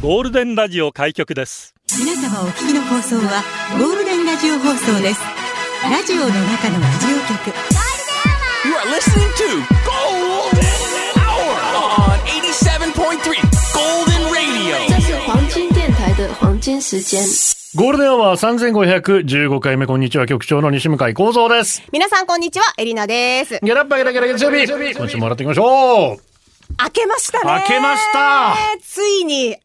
ゴールデンラジオ開局です皆様お聞きの放送はゴールデンラジオ放送ですラジオの中のラジオ局 You are listening to Golden Hour on 87.3 Golden Radio. 这是黄金电台的黄金时间。ゴールデンは三千五百十五回目こんにちは局長の西向井光三です。皆さんこんにちは、エリナです。ゲラッパゲラゲラ月曜日。今週も笑っていきましょう。明けましたね。明けましたついに、暑いね、明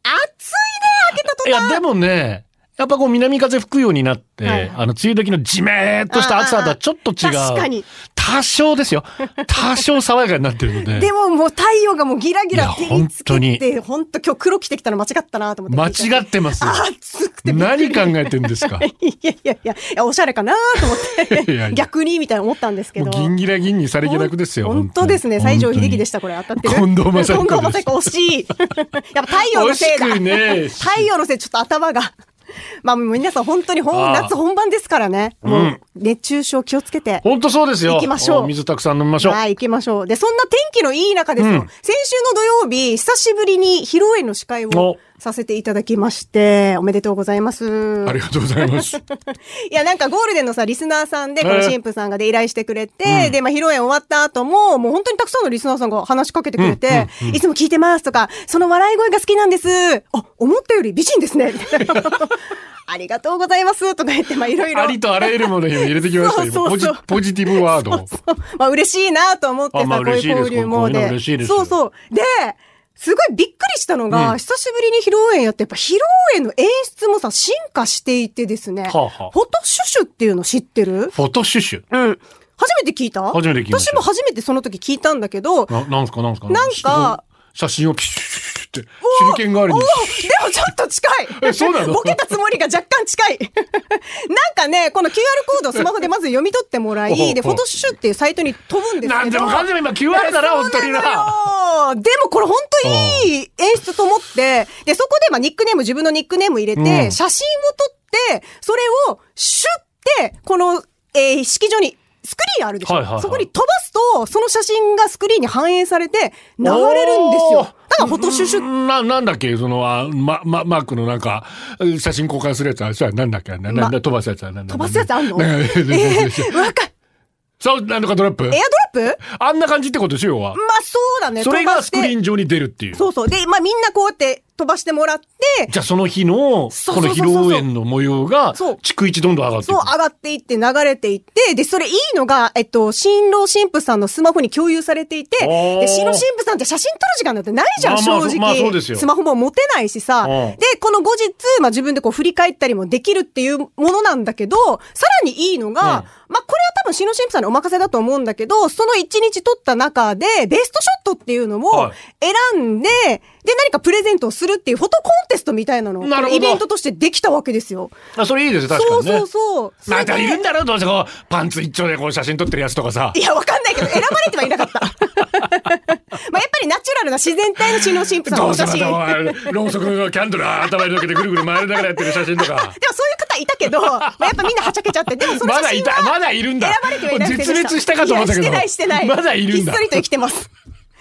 けたい途や端。でもね、やっぱこう南風吹くようになって、はいあの梅雨時のジメーっとした暑さとはちょっと違う。確かに。多少ですよ。多少爽やかになってるので。でももう太陽がもうギラギラ照りつけいや本当て、本当今日黒着てきたの間違ったなと思って。間違ってます。暑くてびっくり。何考えてんですか。いやいやいや、いやおしゃれかなと思っいやいやて、逆にみたいな思ったんですけもうど。銀ギラ銀にさりげなくですよ。本当ですね。本西当城に秀樹でした、これ。当たってる。近藤正彦です近藤正彦、惜しい。やっぱ太陽のせいだ。惜しくねえし太陽のせい、ちょっと頭が。 まあ、もう皆さん本当に本、ああ夏本番ですからね。もう、熱中症気をつけて。本当そうですよ。行きましょうお水たくさん飲みましょう。はい、行きましょう。で、そんな天気のいい中ですよ。うん先週の土曜日、久しぶりに披露宴の司会おをさせていただきまして、おめでとうございます。ありがとうございます。 いや、なんかゴールデンのさ、リスナーさんで、こえのえ神父さんがで依頼してくれて、で、まあ、披露宴終わった後も、もう本当にたくさんのリスナーさんが話しかけてくれて、いつも聞いてますとか、その笑い声が好きなんです。あ、思ったより美人ですね。みたい なありがとうございます。とか言って、まあ、いろいろ。ありとあらゆるものに入れてきましたよ。そうそうそうポジポジティブワードを。そうまあ嬉しいなと思ってあさ、まあこういう嬉しいです交流こもういうので嬉しいですそうそう。で、すごいびっくりしたのが、うん久しぶりに披露宴やって、やっぱ披露宴の演出もさ、進化していてですね、はあはあフォトシュシュっていうの知ってるフォトシュシュ。うん。初めて聞いた初めて聞きました私も初めてその時聞いたんだけど、な、なんすかなんすかなんすごかい写真をピシュシュシュシュって、手裏剣代わりおにおで。もちょっと近いえそうなのボケたつもりが若干近い なんかね、この QR コードをスマホでまず読み取って もらおうおうい、で、フォトシュっていうサイトに飛ぶんですけど。なんでもかんでも今 QR だな、本当にな。そう でもこれ本当にいい演出と思って、で、そこでまあニックネーム、自分のニックネーム入うれんて、写真を撮って、それをシュって、この、えー式場に、スクリーンあるでしょ、はいはいはいそこに飛ばすと、その写真がスクリーンに反映されて、流れるんですよ。おだーからフォトシュシュな、なんだっけその、あま、ま、マークのなんか、写真交換するやつあれさ、なんだっけな、な、まな、飛ばすやつはなんだ飛ばすやつあんのなななえー、わか そう、なんとかドラップエアドラップあんな感じってことでしようは。まあそうだね。それ飛がばしスてクリーン上に出るっていう。そうそう。で、まあみんなこうやって飛ばしてもらって、じゃあその日の、このそうそうそう披そう露宴の模様がそう、逐一どんどん上がっていそうく。上がっていって流れていって、で、それいいのが、えっと、新郎新婦さんのスマホに共有されていて、あーで、新郎新婦さんって写真撮る時間なんてないじゃん、まあまあ正直。まあそうですよスマホも持てないしさ。うんで、この後日、まあ自分でこう振り返ったりもできるっていうものなんだけど、さらにいいのが、うんまあこれは多分新郎新婦さんにお任せだと思うんだけど、その一日撮った中で、ベストショットっていうのはを選んで、で、何かプレゼントをするっていうフォトコンテストみたいなのをなるほどイベントとしてできたわけですよ。あそれいいですよ、確かにね。そうそうそう。またいるんだだろうどうせこう、パンツ一丁でこう写真撮ってるやつとかさい。や、わかんないけど、選ばれてはいなかった。まあ、 やっぱりナチュラルな自然体の新郎新婦さんのどおうせまた写真。でもお前ろうそくのキャンドル頭にのけてぐるぐる回りながらやってる写真とか。そういう方いたけど、まあ、やっぱみんなはちゃけちゃって、でもそのま写だい真はた、まだいるんだ選ばれてはいな。くてで絶した。滅したかと思ったけど。いやしてないしてない。まだいるんだひっそ。りと生きてます。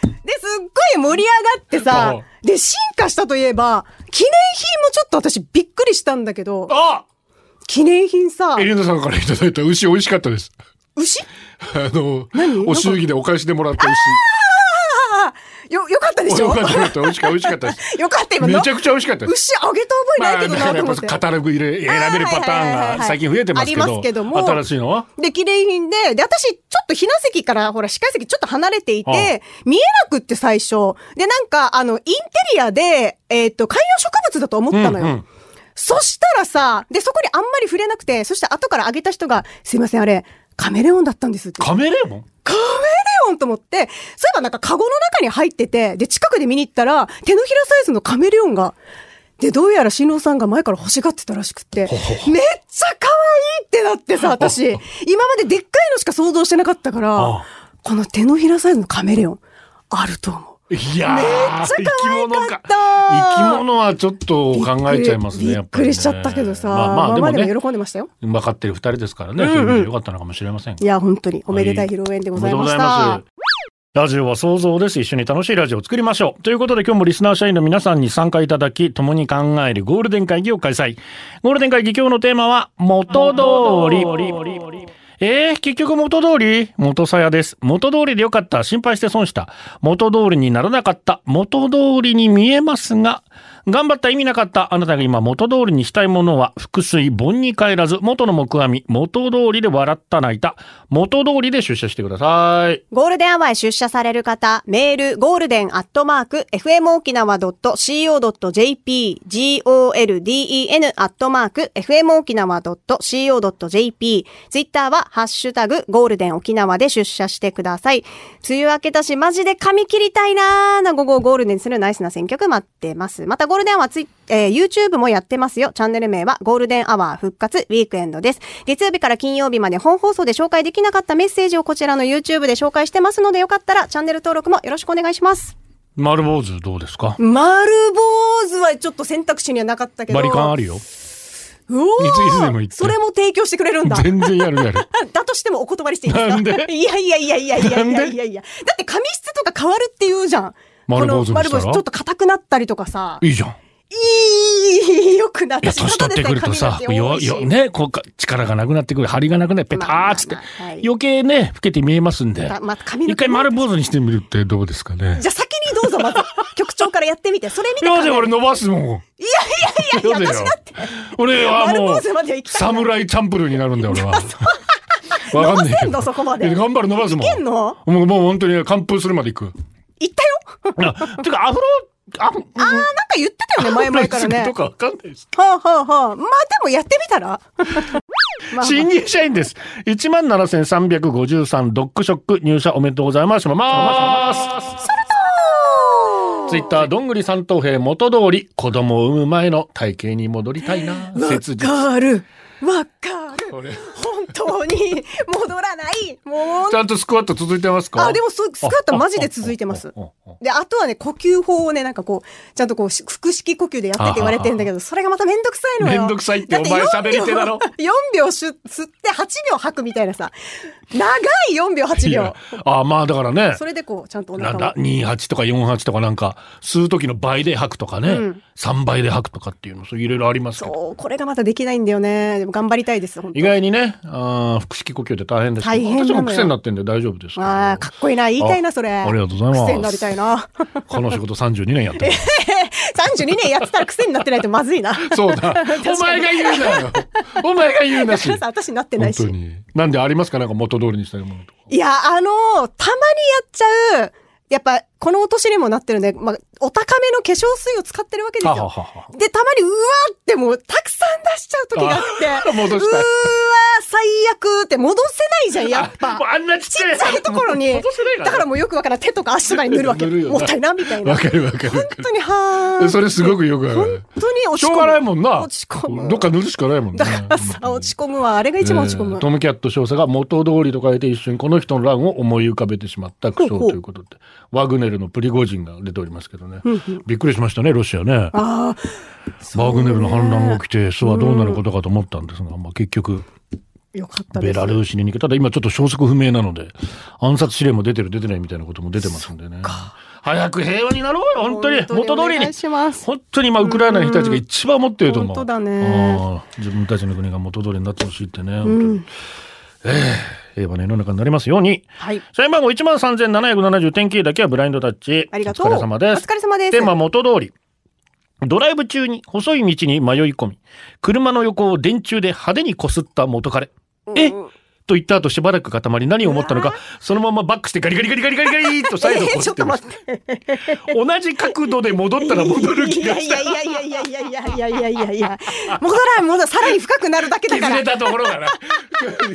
で、すっごい盛り上がってさおう、で、進化したといえば、記念品もちょっと私びっくりしたんだけど、あ記念品さエ、リナさんからいただいた牛美味しかったです。牛あの、お祝儀でお返しでもらったああ、よ、よかったで牛。しよょかったよかった美味しかった美味しかったです。 よかった、今の。めちゃくちゃ美味しかったです。牛あげた覚えないけどだかならとや思っっぱて。カタログ入れ選べるパタはいはいはいーンはいがはい最近増えてますけありまど、すけども新しいのはで、記念品で、で、私、ちょっとひな席から、ほら、視界席ちょっと離れていて、はあ見えなくって最初。で、なんか、あの、インテリアで、えーっと、観葉植物だと思ったのよ。うんうんそしたらさ、で、そこにあんまり触れなくて、そして後からあげた人が、すいません、あれ、カメレオンだったんですって。カメレオンカメレオンと思って、そういえばなんかカゴの中に入ってて、で、近くで見に行ったら、手のひらサイズのカメレオンが、で、どうやら新郎さんが前から欲しがってたらしくって、めっちゃ可愛いって なってさ、私、今まででっかいのしか想像してなかったかあら、この手のひらサイズのカメレオン、あると思う。いやーめっちゃ可愛かっ生き物かた生き物はちょっと考えちゃいますねびっくりやっぱりねびっくりしちゃったけどさ、まあまあまあでまもあでねも喜んでましたよ。分かってる二人ですからね、うんうんそういう意味でよかったのかもしれませんいや、本当におめでたい披露宴でございおました。めでとうございますラジオは想像です。一緒に楽しいラジオを作りましょう。ということで今日もリスナー社員の皆さんに参加いただき、共に考えるゴールデン会議を開催。ゴールデン会議今日のテーマは、元通り。えー、結局元通り元さやです。元通りでよかった。心配して損した。元通りにならなかった。元通りに見えますが、頑張った意味なかった。あなたが今元通りにしたいものは、腹水、盆に帰らず、元の木阿弥、元通りで笑った泣いた。元通りで出社してください。ゴールデンアワーへ出社される方、メール、ゴールデンアットマーク、fmokinawa.co.jp、golden アットマーク、fmokinawa.co.jp、ツイッターは、ハッシュタグ、ゴールデン沖縄で出社してください。梅雨明けたし、マジで髪切りたいなーな午後をゴールデンにするナイスな選曲待ってます。また、ゴールデンアワーツイ、えー YouTube もやってますよ。チャンネル名は、ゴールデンアワー復活ウィークエンドです。月曜日から金曜日まで本放送で紹介できなかったメッセージをこちらの YouTube で紹介してますので、よかったらチャンネル登録もよろしくお願いします。丸坊主どうですか丸坊主はちょっと選択肢にはなかったけど。バリカンあるよ。うおーいついつでも言ってそれも提供してくれるんだ。全然やるやる。だとしてもお断りしていいですかなんで いやいやいやいやいやいやいやいや。だって髪質とか変わるって言うじゃん。丸坊主にしたらこの丸坊主ちょっと硬くなったりとかさ。いいじゃん。いいい、よくなったや、年取ってくるとさ、よ、よ、。ね、こうか、力がなくなってくる、張りがなくなって、ペタまあまあまーあっつって、はい余計ね、老けて見えますんでた、まあ髪の毛一回丸坊主にしてみるってどうですかねじ。ゃあ先にどうぞまず局長からやってみてそれ見て考えやで、俺伸ばすもん。いやいやいや、私だって。俺は丸も坊う主までは行、きたいな侍チャンプルーになるんだよ、俺は。わかんねえけど伸ばせん のそこまでいや頑張る、伸ばすもん。いけんのもう、もう本当に完封するまでいく。言ったよあてか、アフロ、あ、あーなんか言ってたよ ね前々からねとかわかんないです。はあはあはあまあでもやってみたらまあ新入社員です。一万七千三百五十三ドッグショック入社おめでとうございます。します。ツイッターどんぐり三等兵元通り子供を産む前の体型に戻りたいな。切実。わかるわかるこれ本当に戻らないもうちゃんとスクワット続いてますか。あでもそスクワットマジで続いてますあああああであとはね呼吸法をねなんかこうちゃんとこうし腹式呼吸でやってって言われてるんだけどそれがまためんどくさいのよめんどくさいってお前喋り手だろ4秒しゅ吸って8秒吐くみたいなさ長い4秒8い秒やあまあだからねそ。れでこうちゃんとおな腹んをだ二八とか四八とかなんか吸う時の倍で吐くとかうねん。三、倍で吐くとかっていうのそういろいろありますけど。そうこれがまたできないんだよねでも頑張りたいです本当意外にね、あー腹式呼吸で大変ですけど大変なの私よも癖になってんで大丈夫ですけどあーかっこいいな言いたいなあそれありがとうございます癖になりたいな この仕事32年やってる。 32年やってたら癖になってないとまずいなそうだ。お前が言うなよ。お前が言うなし。さ本 私なってない当しに。なんでありますかなんか元通りにしたいものとか。いやあのーたまにやっちゃうやっぱこのお年にもなってるんで、まあ、お高めの化粧水を使ってるわけですよははははで、たまにうわーってもうたくさん出しちゃう時があって。あ戻したいうーわー最悪って戻せないじゃん、やっあ ぱもう。あんなちっちゃいちっちゃいところ に。戻せないからねだからもうよくわからん手とか足とかに塗るわ け。塗るよなもったいな、みたいな。わかるわかるわ本か当にはーん。る。それすごくよくわかる本。当に落しち込む。ょうがないもんな。落ち込む。どっか塗るしかないもんね。だからさ、落ち込むわ。あれが一番落ち込えーむ。トムキャット少佐が元通りと書いて一瞬この人の乱を思い浮かべてしまった苦ほ笑うほうということでワグネルのプリゴジンが出ておりますけどねびっくりしましたねロシアねあワグネルの反乱が起きてそうはどうなることかと思ったんですが、まあ、結局あ、よかったでベすラ。ルーシに逃げただ今ちょっと消息不明なので暗殺指令も出てる出てないみたいなことも出てますんでね早く平和になろうよ本当に元通おり願にいします。本当に今ウクライナの人たちが一番思ってると思う。本当だねああ自分たちの国が元通りになってほしいってね。本当にええ平和の世の中になりますように。はい。社員番号1万3770点9だけはブラインドタッチ。ありがとうお疲れ様です。お疲れ様ですテーマ元通り。ドライブ中に細い道に迷い込み、車の横を電柱で派手にこすった元彼。えと言った後しばらく固まり何を思ったのか、そのままバックしてガリガリガリガリガリガリっとサイドをえこちすょっってとまし待たっ。て。同じ角度で戻ったら戻る気がした。いやいやいやいやいやいやいやいやいやいや戻らん戻らんさらに深くなるだけだか削れらたところが な。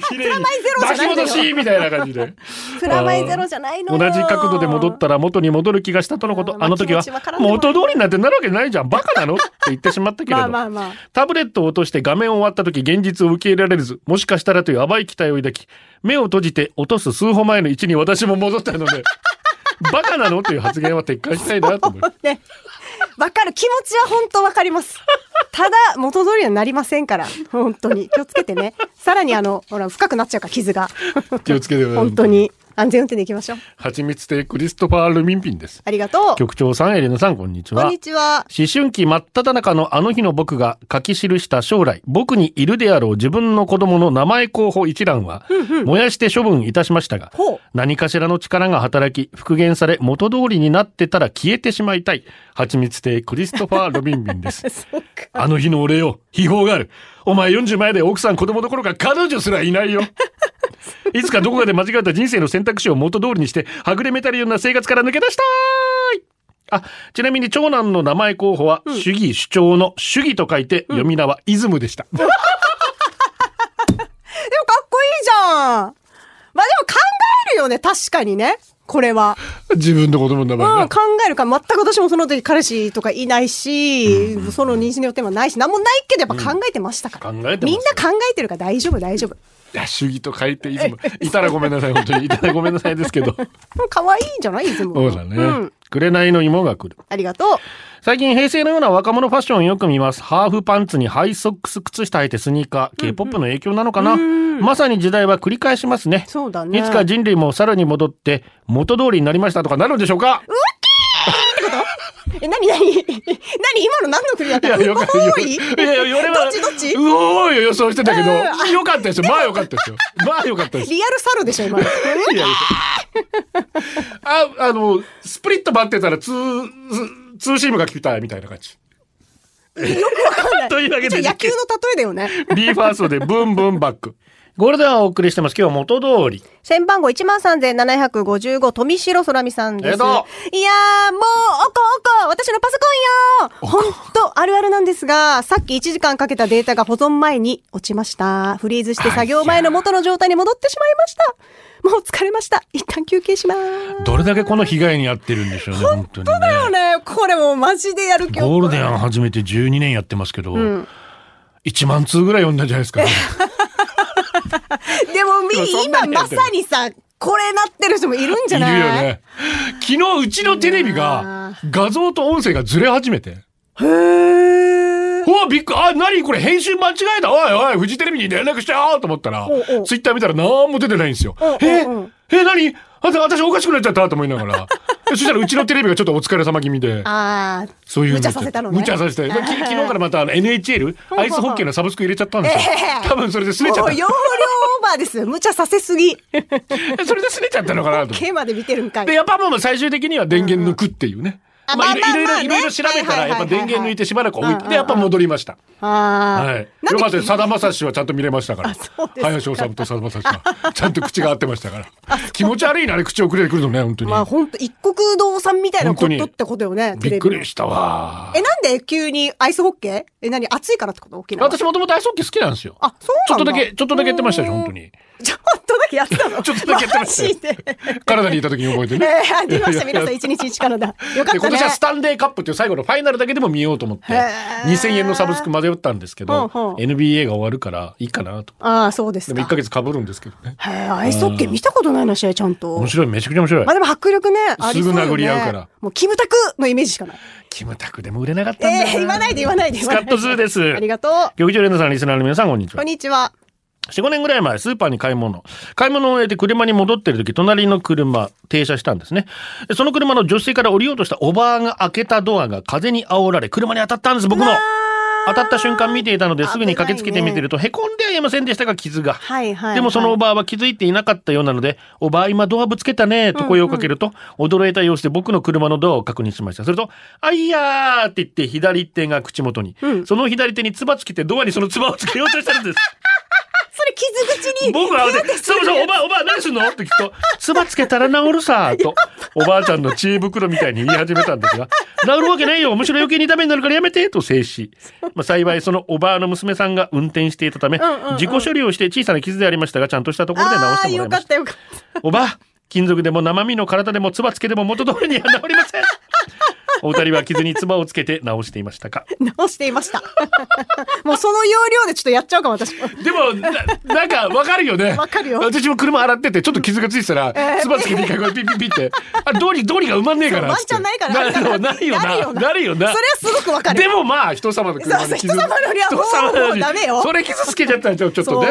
綺麗にゼロじゃないんだよ巻き戻しみたいな感じ で。プラマイゼロじゃないの同よじ角度で戻ったら元に戻る気がしたとのこあと。ーあの時はまあ気持ちわから、んでもない元通りになってなるわけないじゃん。バカなのって言ってしまったけれ まあど。まあまあタブレットを落として画面を割った時現実を受け入れられず、もしかしたら という淡い期待を抱き、目を閉じて落とす数歩前の位置に私も戻ったので、バカなのという発言は撤回したいなと思います。ね。わかる。気持ちは本当わかります。ただ、元通りにはなりませんから。本当に。気をつけてね。さらに、あの、ほら、深くなっちゃうから、傷が。気をつけてください本当に。安全運転で行きましょう。蜂蜜亭クリストファー・ルミンピンです。ありがとう。局長さん、エレナさん、こんにちは。こんにちは。思春期真っ只中のあの日の僕が書き記した将来、僕にいるであろう自分の子供の名前候補一覧は、燃やして処分いたしましたがほう、何かしらの力が働き、復元され元通りになってたら消えてしまいたい。蜂蜜亭クリストファー・ロビンビンです。 そうか。あの日のお礼よ。秘宝がある。お前40前で奥さん子供どころか彼女すらい ないよ。いつかどこかで間違った人生の選択肢を元通りにして、はぐれめたるような生活から抜け出したーいあ、ちなみに長男の名前候補は、主義主張の主義と書いて、読み名はイズムで した。でもかっこいいじゃん。まあでも考えるよね、確かにね。これは。自分の子供の名前がうん、考えるから、全く私もその時彼氏とかいないし、その妊娠によってもないし、なんもないけど、やっぱ考えてましたから。うん考えてますみんな考えてるから大丈夫、大丈夫。いや主義と書いてイズム。いたらごめんなさい、本当に。いたらごめんなさいですけど。 もう可愛いんじゃないいつも。そうだね。ん。紅の芋が来る。ありがとう。最近平成のような若者ファッションをよく見ます。ハーフパンツにハイソックス、靴下履いてスニーカー、K-POP の影響なのかな、まさに時代は繰り返しますね。そうだね。いつか人類もさらに戻って元通りになりましたとかなるんでしょうかえ、なになに何 今の何の国だっいたよかった。多よいいやいや、俺は。どっちどっちうおーいを予想してたけど、うんよかったですよ。まあよかったですよ。まあよかったです。リアル猿でしょ、今の。いやいやあ、あの、スプリット待ってたらツー、ツーシームが来たみたいな感じ。というわけでちょ野球の例えだよね。 B ファーストでブンブンバック。ゴールデンはお送りしてます。今日は元通り。千番号13,755富城空美さんです。えっといやー、もう、おこおこ私のパソコンよほんと、あるあるなんですが、さっき1時間かけたデータが保存前に落ちました。フリーズして作業前の元の状態に戻ってしまいました。もう疲れました。一旦休憩します。どれだけこの被害に遭ってるんでしょうね、本当にね。そうね、これもうマジでやる気ゴールデン始めて12年やってますけど、1万通ぐらい読んだんじゃないですか、でもみでもそんな今にやまってるさにさ、これなってる人もいるんじゃいるないよね。昨日うちのテレビが画像と音声がずれ始めて。へー。うわ、びっくり。あ、なにこれ編集間違えた。おいおい、フジテレビに連絡しちゃおうと思ったら、おうおうツイッター見たら何も出てないんですよ。おうおうえおうえ、なにあた私おかしくなっちゃったと思いなが ら。そしたらうちのテレビがちょっとお疲れ様気味で。あー。そういうの無茶させたのね無茶させて。き 昨日からまたあの NHL、うアイスホッケーのサブスク入れちゃったんですよえ。え多分それで拗ねちゃもっう容量オーバーですよ。無茶させ すぎ。た。それで拗ねちゃったのかなと思って。 K まで見てるんかい。で、やっぱもう最終的には電源抜くっていうね。あまあ、いろまあまあいまろいろあいろ調べたはら、いはいはいはいやっぱ電源抜いてしばらく置いうんうんうて、んで、やっぱ戻りました。あーはい。よかったです。さだまさしはちゃんと見れましたから。そうですか林修とさだまさしは。 ちゃんと口が合ってましたから。気持ち悪いな、あれ口をくれてくるのね、本当に。まあ本当一国道産みたいなこと本当っにてことよね。テびっレビのくりしたわえ、。なんで急にアイスホッケーえ、何暑いからってこと沖縄。私もともとアイスホッケー好きなんですよ。あ、そうちょっなとんだだけ、ちょっとだけやってましたよ、うん本当に。ちょっとだけやってた のちょっとだけやってましたよ マジで。カナダにいた時に覚えてえね。ー、ありました。皆さん一日一からだ。よかったね。で今年はスタンレーカップっていう最後のファイナルだけでも見ようと思ってへー2000円のサブスク迷ったんですけどほうほう NBA が終わるからいいかなとああ、そうですでか。も1ヶ月かぶるんですけどねへーアイスホッケー見たことないな、試合ちゃんと。面白いめちゃくちゃ面白いまあでも迫力ね、ありそうよねすぐ殴り合うからもうキムタクのイメージしかない。キムタクでも売れなかったんだええー、言わないで言わないでス言カわないッで。トズーですありがとう。局長連ナさんリスナーの皆さんこんにちこはんにちは。 45年ぐらい前スーパーに買い物買い物を終えて車に戻ってる時隣の車停車したんですねでその車の助手席から降りようとしたおばあが開けたドアが風に煽られ車に当たったんです僕も当たった瞬間見ていたのですぐに駆けつけてみてるとへこんではいませんでしたが傷がはいはいはいでもそのおばあは気づいていなかったようなので「おばあ今ドアぶつけたね」と声をかけると、驚いた様子で僕の車のドアを確認しましたすると「あいやー」って言って左手が口元に、その左手に唾つけてドアにその唾をつけようとしたのですそれ傷口に。僕は慌てて「そうそうおばあおばあ何すんの?」 って聞くと「唾つけたら治るさ」とおばあちゃんの知恵袋みたいに言い始めたんですが「治るわけないよむしろ余計にダメになるからやめて」と制止、まあ、幸いそのおばあの娘さんが運転していたため、自己処理をして小さな傷でありましたがちゃんとしたところで治しあてもらあー、いよまかしったたよかった。 おばあ金属でも生身の体でもつばつけでも元通りには治りませんお二人は傷に唾をつけて直していましたか直していました。 もうその要領でちょっとやっちゃうかも、私も。でも、ななんか、わかるよね。わかるよ私も車洗ってて、ちょっと傷がついてたら、つばつけて一回これピッピッピッって、あれ、どうに、どうにか埋まんねえから。そうワンチャンないからなるよ、なるよなるな。よななるよな。それはすごくわかるでもまあ、人様の車で傷そうそう人様の量人様のもうダメよそれ傷つけちゃったら、ちょっとね、そう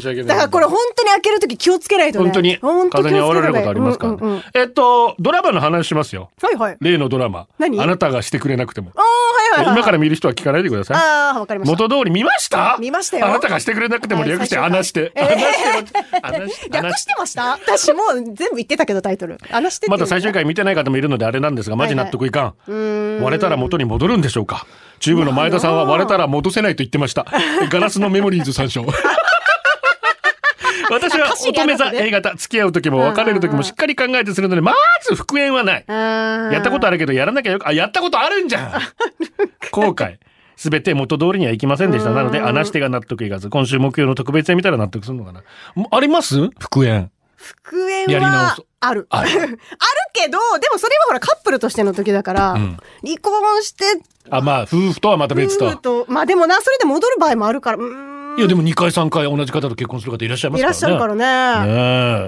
申し訳ない。だからこれ本当に開けるとき気をつけないとね。本当に、本当気をつ風けにない煽られることありますからねうんうんうんえっと、ドラマの話しますよ。はいはい。例のドラマ。何あなたがしてくれなくても。ああ、はいはいはい。今から見る人は聞かないでください。ああ、わかりまし た。元通り見ました 見ましたよあなたがしてくれなくてもはい略して最初から話して。ええ話して話 して。略話してました私もう全部言ってたけどタイトル。話してっていうまだ最終回見てない方もいるのであれなんですが、マジ納得いかん。割れたら元に戻るんでしょうか。チューブの前田さんは割れたら戻せないと言ってました。ガラスのメモリーズ参 照。私は乙女座 A 型、付き合う時も別れる時もしっかり考えてするので、まず復縁はない。ややったことあるけど、やらなきゃよく、あ、やったことあるんじゃん後悔。すべて元通りにはいきませんでした。なので、穴してが納得いかず、今週木曜の特別編見たら納得するのかな。もあります復縁。復縁やり直はそうある。あ あるるけど、でもそれはほらカップルとしての時だから、ん離婚して、あ、まあ、夫婦とはまた別と。夫婦と、まあでもな、それで戻る場合もあるから、うーんいや、でも2回3回同じ方と結婚する方いらっしゃいまいすかららね。っしゃるからね。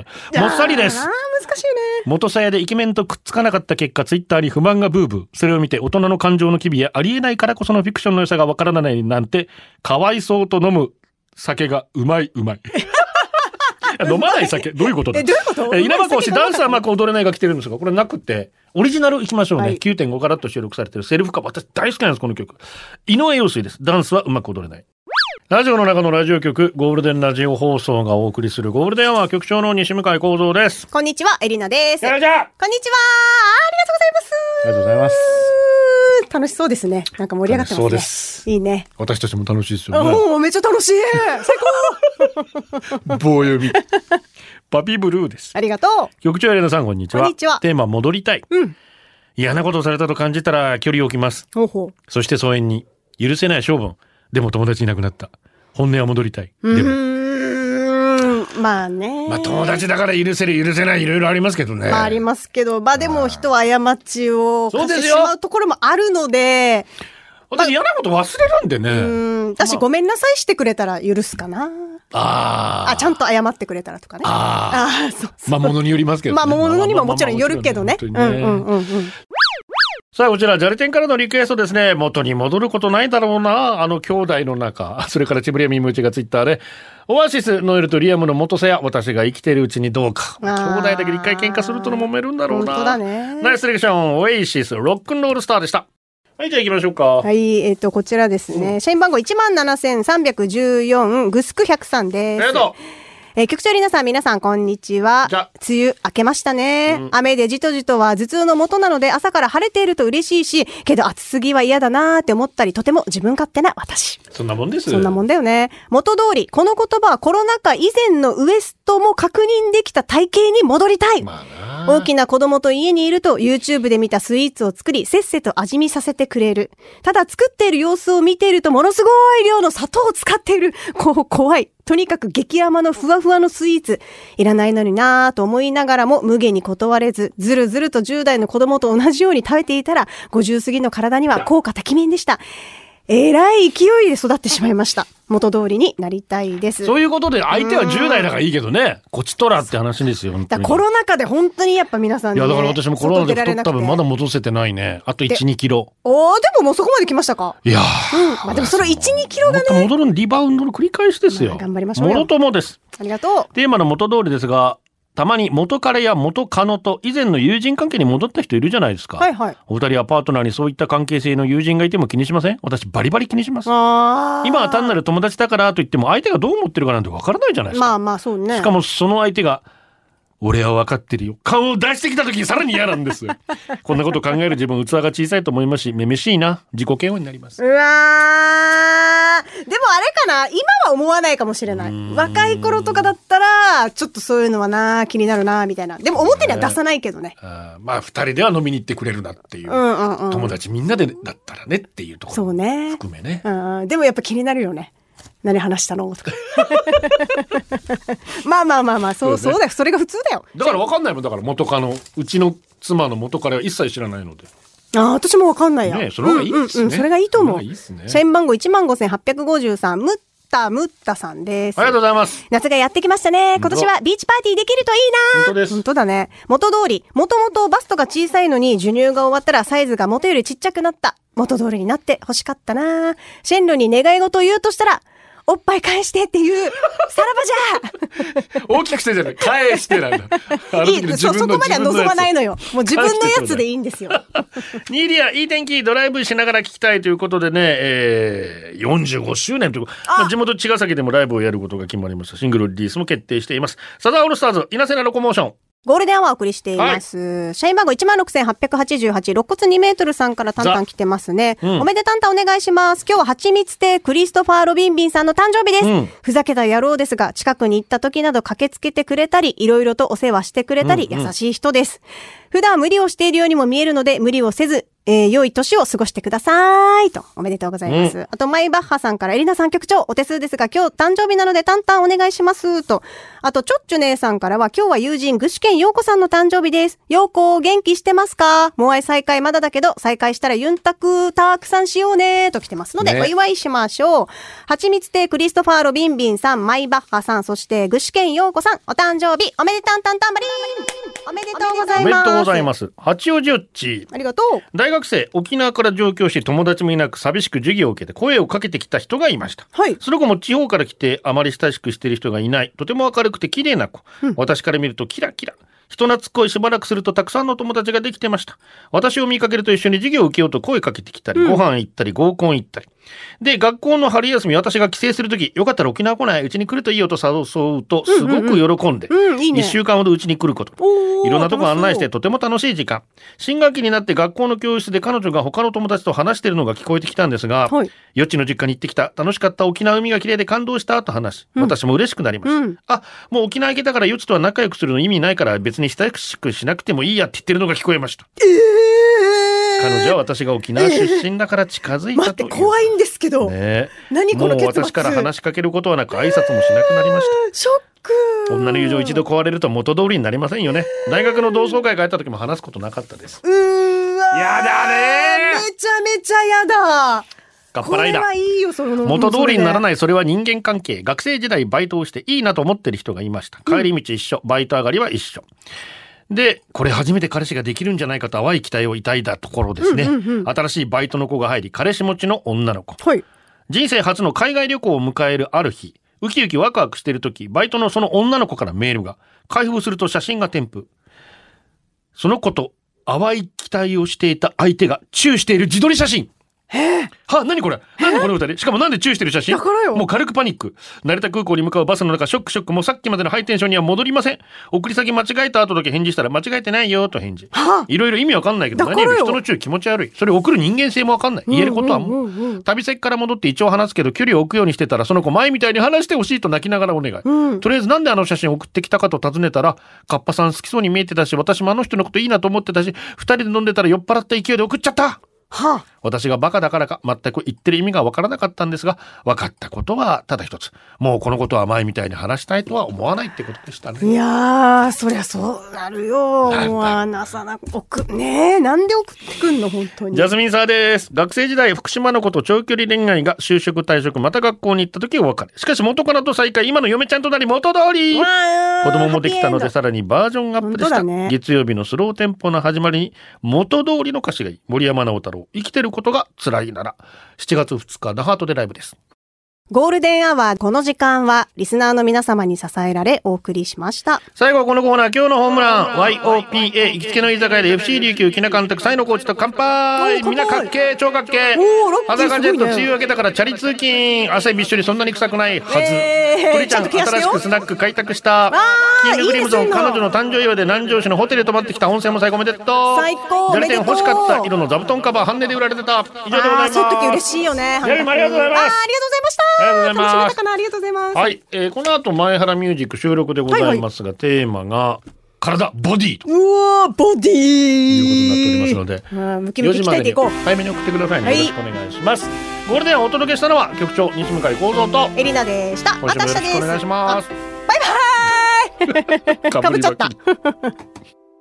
ねえ。もっさりであすー。難しいね。元さやでイケメンとくっつかなかった結果、ツイッターに不満がブーブー。それを見て、大人の感情の機微や、ありえないからこそのフィクションの良さがわからないなんて、かわいそうと飲む酒がうまいうま い。いや飲まない酒、どういうことだえ、どういうことえ稲葉講師、ダンサーまマーク踊れないが来てるんですが、これなくて、オリジナルいきましょうね。はい9.5カラット収録されてるセルフカバー。私大好きなんです、この曲。井上陽水です。ダンスはうまく踊れない。ラジオの中のラジオ局、ゴールデンラジオ放送がお送りするゴールデンは局長の西向井幸三です。こんにちは、エリナです。こんよにいしょあちはありがとりがとうございますうございます。楽しそうですね。なんか盛り上がってますね。そうです。いいね。私たちも楽しいですよね。おお、めっちゃ 楽しい。最高。棒読み。パピブルーです。ありがとう。局長エレナさん、こんにちは。こんにちはテーマ、戻りたい。嫌なことをされたと感じたら、距離を置きます。ほうほう。そして疎遠に。許せない性分。でも友達いなくなった。本音は戻りたい。でうも。ーん、まあね。まあ友達だから許せる許せないいろいろありますけどね。まあありますけど、まあでも人は過ちをそう犯でしすてしよまうところもあるので、私嫌なこと忘れるんでね。うん、私ごめんなさいしてくれたら許すかな。ああ。あ、ちゃんと謝ってくれたらとかね。あああ、そうあ。まあ物によりますけどね、まあ、ものにももちろんよるけどね。まあうんまあまあまあうん本当にねうんうん。さあ、こちら、ジャルテンからのリクエストですね。元に戻ることないだろうな。あの兄弟の中。 それから、チブリアミムチがツイッターで、オアシス、ノエルとリアムの元さや、私が生きているうちにどうか。あ兄ー弟だけで一回喧嘩するとの揉めるんだろうな。本当だねナイスセレクション、オエイシス、ロックンロールスターでした。はい、じゃあ行きましょうか。はい、えっ、と、こちらですね。社員番号17,314、グスク103えでっす。と、えー局長皆さん、皆さん、こんにちはじゃ。梅雨明けましたね。うん雨でじとじとは頭痛の元なので、朝から晴れていると嬉しいし、けど暑すぎは嫌だなーって思ったり、とても自分勝手な私。そんなもんです。そんなもんだよね。元通り、この言葉はコロナ禍以前のウエストも確認できた体型に戻りたい。まあな。大きな子供と家にいると YouTube で見たスイーツを作り、せっせと味見させてくれる。ただ作っている様子を見ているとものすごい量の砂糖を使っている。こう、怖い。とにかく激甘のふわふわのスイーツ。いらないのになぁと思いながらも無下に断れず、ずるずると10代の子供と同じように食べていたら、50過ぎの体には効果てきめんでした。えらい勢いで育ってしまいました。元通りになりたいです。そういうことで、相手は10代だからいいけどね。こちとらって話ですよ。本当だにからコロナ禍で本当にやっぱ皆さんいねや、だから私もコロナで外出ら太れっなたくて分、まだ戻せてないね。あと1、2キロ。おー、でももうそこまで来ましたかいやーうん。まあでもその1、2キロがもっとね、戻るのリバウンドの繰り返しですよ。まあ頑張りましょうよもろともです。ありがとテーマの元通りですが、たまに元彼や元カノと以前の友人関係に戻った人いるじゃないですか。う。はいはい。お二人はパートナーにそういった関係性の友人がいても気にしません私バリバリ気にします。あー今は単なる友達だからと言っても相手がどう思ってるかなんてわからないじゃないですか。まあまあそうね。しかもその相手が、俺は分かってるよ。顔を出してきた時にさらに嫌なんです。 こんなこと考える自分、器が小さいと思いますし、めめしいな。自己嫌悪になりますう。わー。でもあれかな今は思わないかもしれない。若い頃とかだったら、ちょっとそういうのはな、気になるな、みたいな。でも表には出さないけどね。あーまあ、二人では飲みに行ってくれるなっていう。うんうんうん。友達みんなでだったらねっていうとこそうろね含めね。うん。でもやっぱ気になるよね。何話したの とか。まあまあまあまあ、そう、そうそねうだよ。それが普通だよ。だからわかんないもんだから元カノうちの妻の元彼は一切知らないのでああ、私もわかんないや。ねそれはいいですねうんうんうん、それがいいと思それう。はいいですね社員番号15,853、ムッタムッタさんです。ありがとうございます。夏がやってきましたね。今年はビーチパーティーできるといいな本当です本当だね。元通り。もともとバストが小さいのに、授乳が終わったらサイズが元よりちっちゃくなった。元通りになって欲しかったな進路に願い事を言うとしたら、おっぱい返してっていう、さらばじ大きくしてじゃない。返してなんだ。 あのゃ い時のい自そ、分そのこまでは望まないの。よ。もう自分のやつでいいんですよ。自分のやつニーリア、いい天気、ドライブしながら聞きたいということでね、えー、45周年ということ、まあ、地元茅ヶ崎でもライブをやることが決まりました。シングルリリースも決定しています。サザンオールスターズ、稲瀬なロコモーション。ゴールデンアワーお送りしています。社員番号16,888、肋骨2メートルさんからタンタン来てますね。うんおめでタンタンお願いします。今日は蜂蜜亭クリストファー・ロビンビンさんの誕生日です。うんふざけた野郎ですが、近くに行った時など駆けつけてくれたり、いろいろとお世話してくれたり、優しい人です。普段無理をしているようにも見えるので、無理をせず、えー良い年を過ごしてください。と、おめでとうございます。あと、マイバッハさんから、エリナさん局長、お手数ですが、今日誕生日なので、タンタンお願いします。と、あと、ちょっちゅ姉さんからは、今日は友人、具志堅陽子さんの誕生日です。陽子、元気してますかもうい再開まだだけど、再開したらユンタク、たくさんしようね。と来てますので、ねお祝いしましょう。はちみつ亭クリストファー・ロビンビンさん、マイバッハさん、そして、具志堅陽子さん、お誕生日、おめでたんたんたんばりんおめでとうござおいめます。でとうございます。八王子よっち。ありがとう。大学生、沖縄から上京して友達もいなく寂しく授業を受けて声をかけてきた人がいました。はい。その後も地方から来てあまり親しくしている人がいないとても明るくて綺麗な子、私から見るとキラキラ人懐っこいしばらくするとたくさんの友達ができてました私を見かけると一緒に授業を受けようと声かけてきたり、ご飯行ったり合コン行ったりで学校の春休み私が帰省する時よかったら沖縄来ないうちに来るといいよと誘うとすごく喜んで、うん、いいね。 1週間ほどうちに来ることおーいろんなとこ案内して楽とても楽しい時間新学期になって学校の教室で彼女が他の友達と話しているのが聞こえてきたんですが、しそうはい。余地の実家に行ってきた楽しかった沖縄海が綺麗で感動したと話し、私も嬉しくなりました、うんあもう沖縄行けたから余地とは仲良くするの意味ないから別に親しくしなくてもいいやって言ってるのが聞こえました彼女は私が沖縄出身だから近づい待たっとて、いう、怖いんですけど。ね何こものう結末私から話しかけることはなく挨拶もしなくなりましたショック。女の友情一度。壊れると元通りになりませんよね大学の同窓会があった時も話すことなかったですうーわー。やだねーめちゃめちゃやだ。かっこぱらいれだはいいよ、その。元通りにならい。ないそれは人間関係学生時代バイトをしていいなと思ってる人がいました帰り道一緒、バイト上がりは一緒でこれ初めて彼氏ができるんじゃないかと淡い期待を抱いたところですね、新しいバイトの子が入り彼氏持ちの女の子はい。人生初の海外旅行を迎えるある日ウキウキワクワクしてる時バイトのその女の子からメールが開封すると写真が添付その子と淡い期待をしていた相手がチューしている自撮り写真は、何これ何この歌でしかもなんでチューしてる写真だからよもう軽くパニック。成田空港に向かうバスの中、ショックショック。もうさっきまでのハイテンションには戻りません。送り先間違えた後だけ返事したら、間違えてないよ、と返事。はいろいろ意味わかんないけど、だ何からよより人のチュー気持ち悪い。それ送る人間性もわかんない。言えることはもう。旅先から戻って一応話すけど、距離を置くようにしてたら、その子前みたいに話してほしいと泣きながらお願い。うんとりあえずなんであの写真送ってきたかと尋ねたら、カッパさん好きそうに見えてたし、私もあの人のこといいなと思ってたし、二人で飲んでたら酔っ払った勢いで送っちゃったはあ。私がバカだからか全く言ってる意味がわからなかったんですが分かったことはただ一つもうこのことは前みたいに話したいとは思わないってことでしたねいやー、そりゃそうなるよ。なんだもう、あなさな、送、ねえ、なんで送ってくんの、本当に。ジャスミンサーです学生時代福島の子と長距離恋愛が就職退職また学校に行った時お別れしかし元からと再会今の嫁ちゃんとなり元通りうわー子供もできたので。さらにバージョンアップでし本た、当だね月曜日のスローテンポの始まりに元通りの歌詞がいい森山直太郎生きてることが辛いなら7月2日那覇とでライブですゴールデンアワー、この時間は、リスナーの皆様に支えられ、お送りしました。最後はこのコーナー、今日のホームラン、YOPA、行きつけの居酒屋で FC 琉球、木名監督、才のコーチと乾杯おー乾杯みんなかっけー、超かっけーおーラッキ肌ーがジェット、すごいね梅雨明けだからチャリ通勤汗びっしょりそんなに臭くないはず、えー鳥ちゃん、ちゃんと冷やして新しよくスナック開拓したキングクリムゾいン、いですよ彼女の誕生祝いで南城市のホテルに泊まってきた温泉も最高おめでとう最高ジャリ店おめでと欲うしかった色の座布団カバー、半値で売られてた以上でございあまーすそういう時嬉しいよね。いやでもありがとうございますあーありがとうございました。ありがとうございます楽しめたかなありがとうございます。はい、えーこの後、前原ミュージック収録でございますが、テーマが、体、ボディとうわーボディいー。うことになっておりますので、あームキム4キ時鍛まえでてにいこう。早めに送ってくださいね、はいよろしくお願いしますゴールデンをお届けしたのは局長西向井光三とエリナでした。今ま週たも明よろしく日です。お願いしますあバイバイ。かぶっちゃった。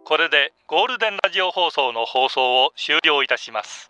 これでゴールデンラジオ放送の放送を終了いたします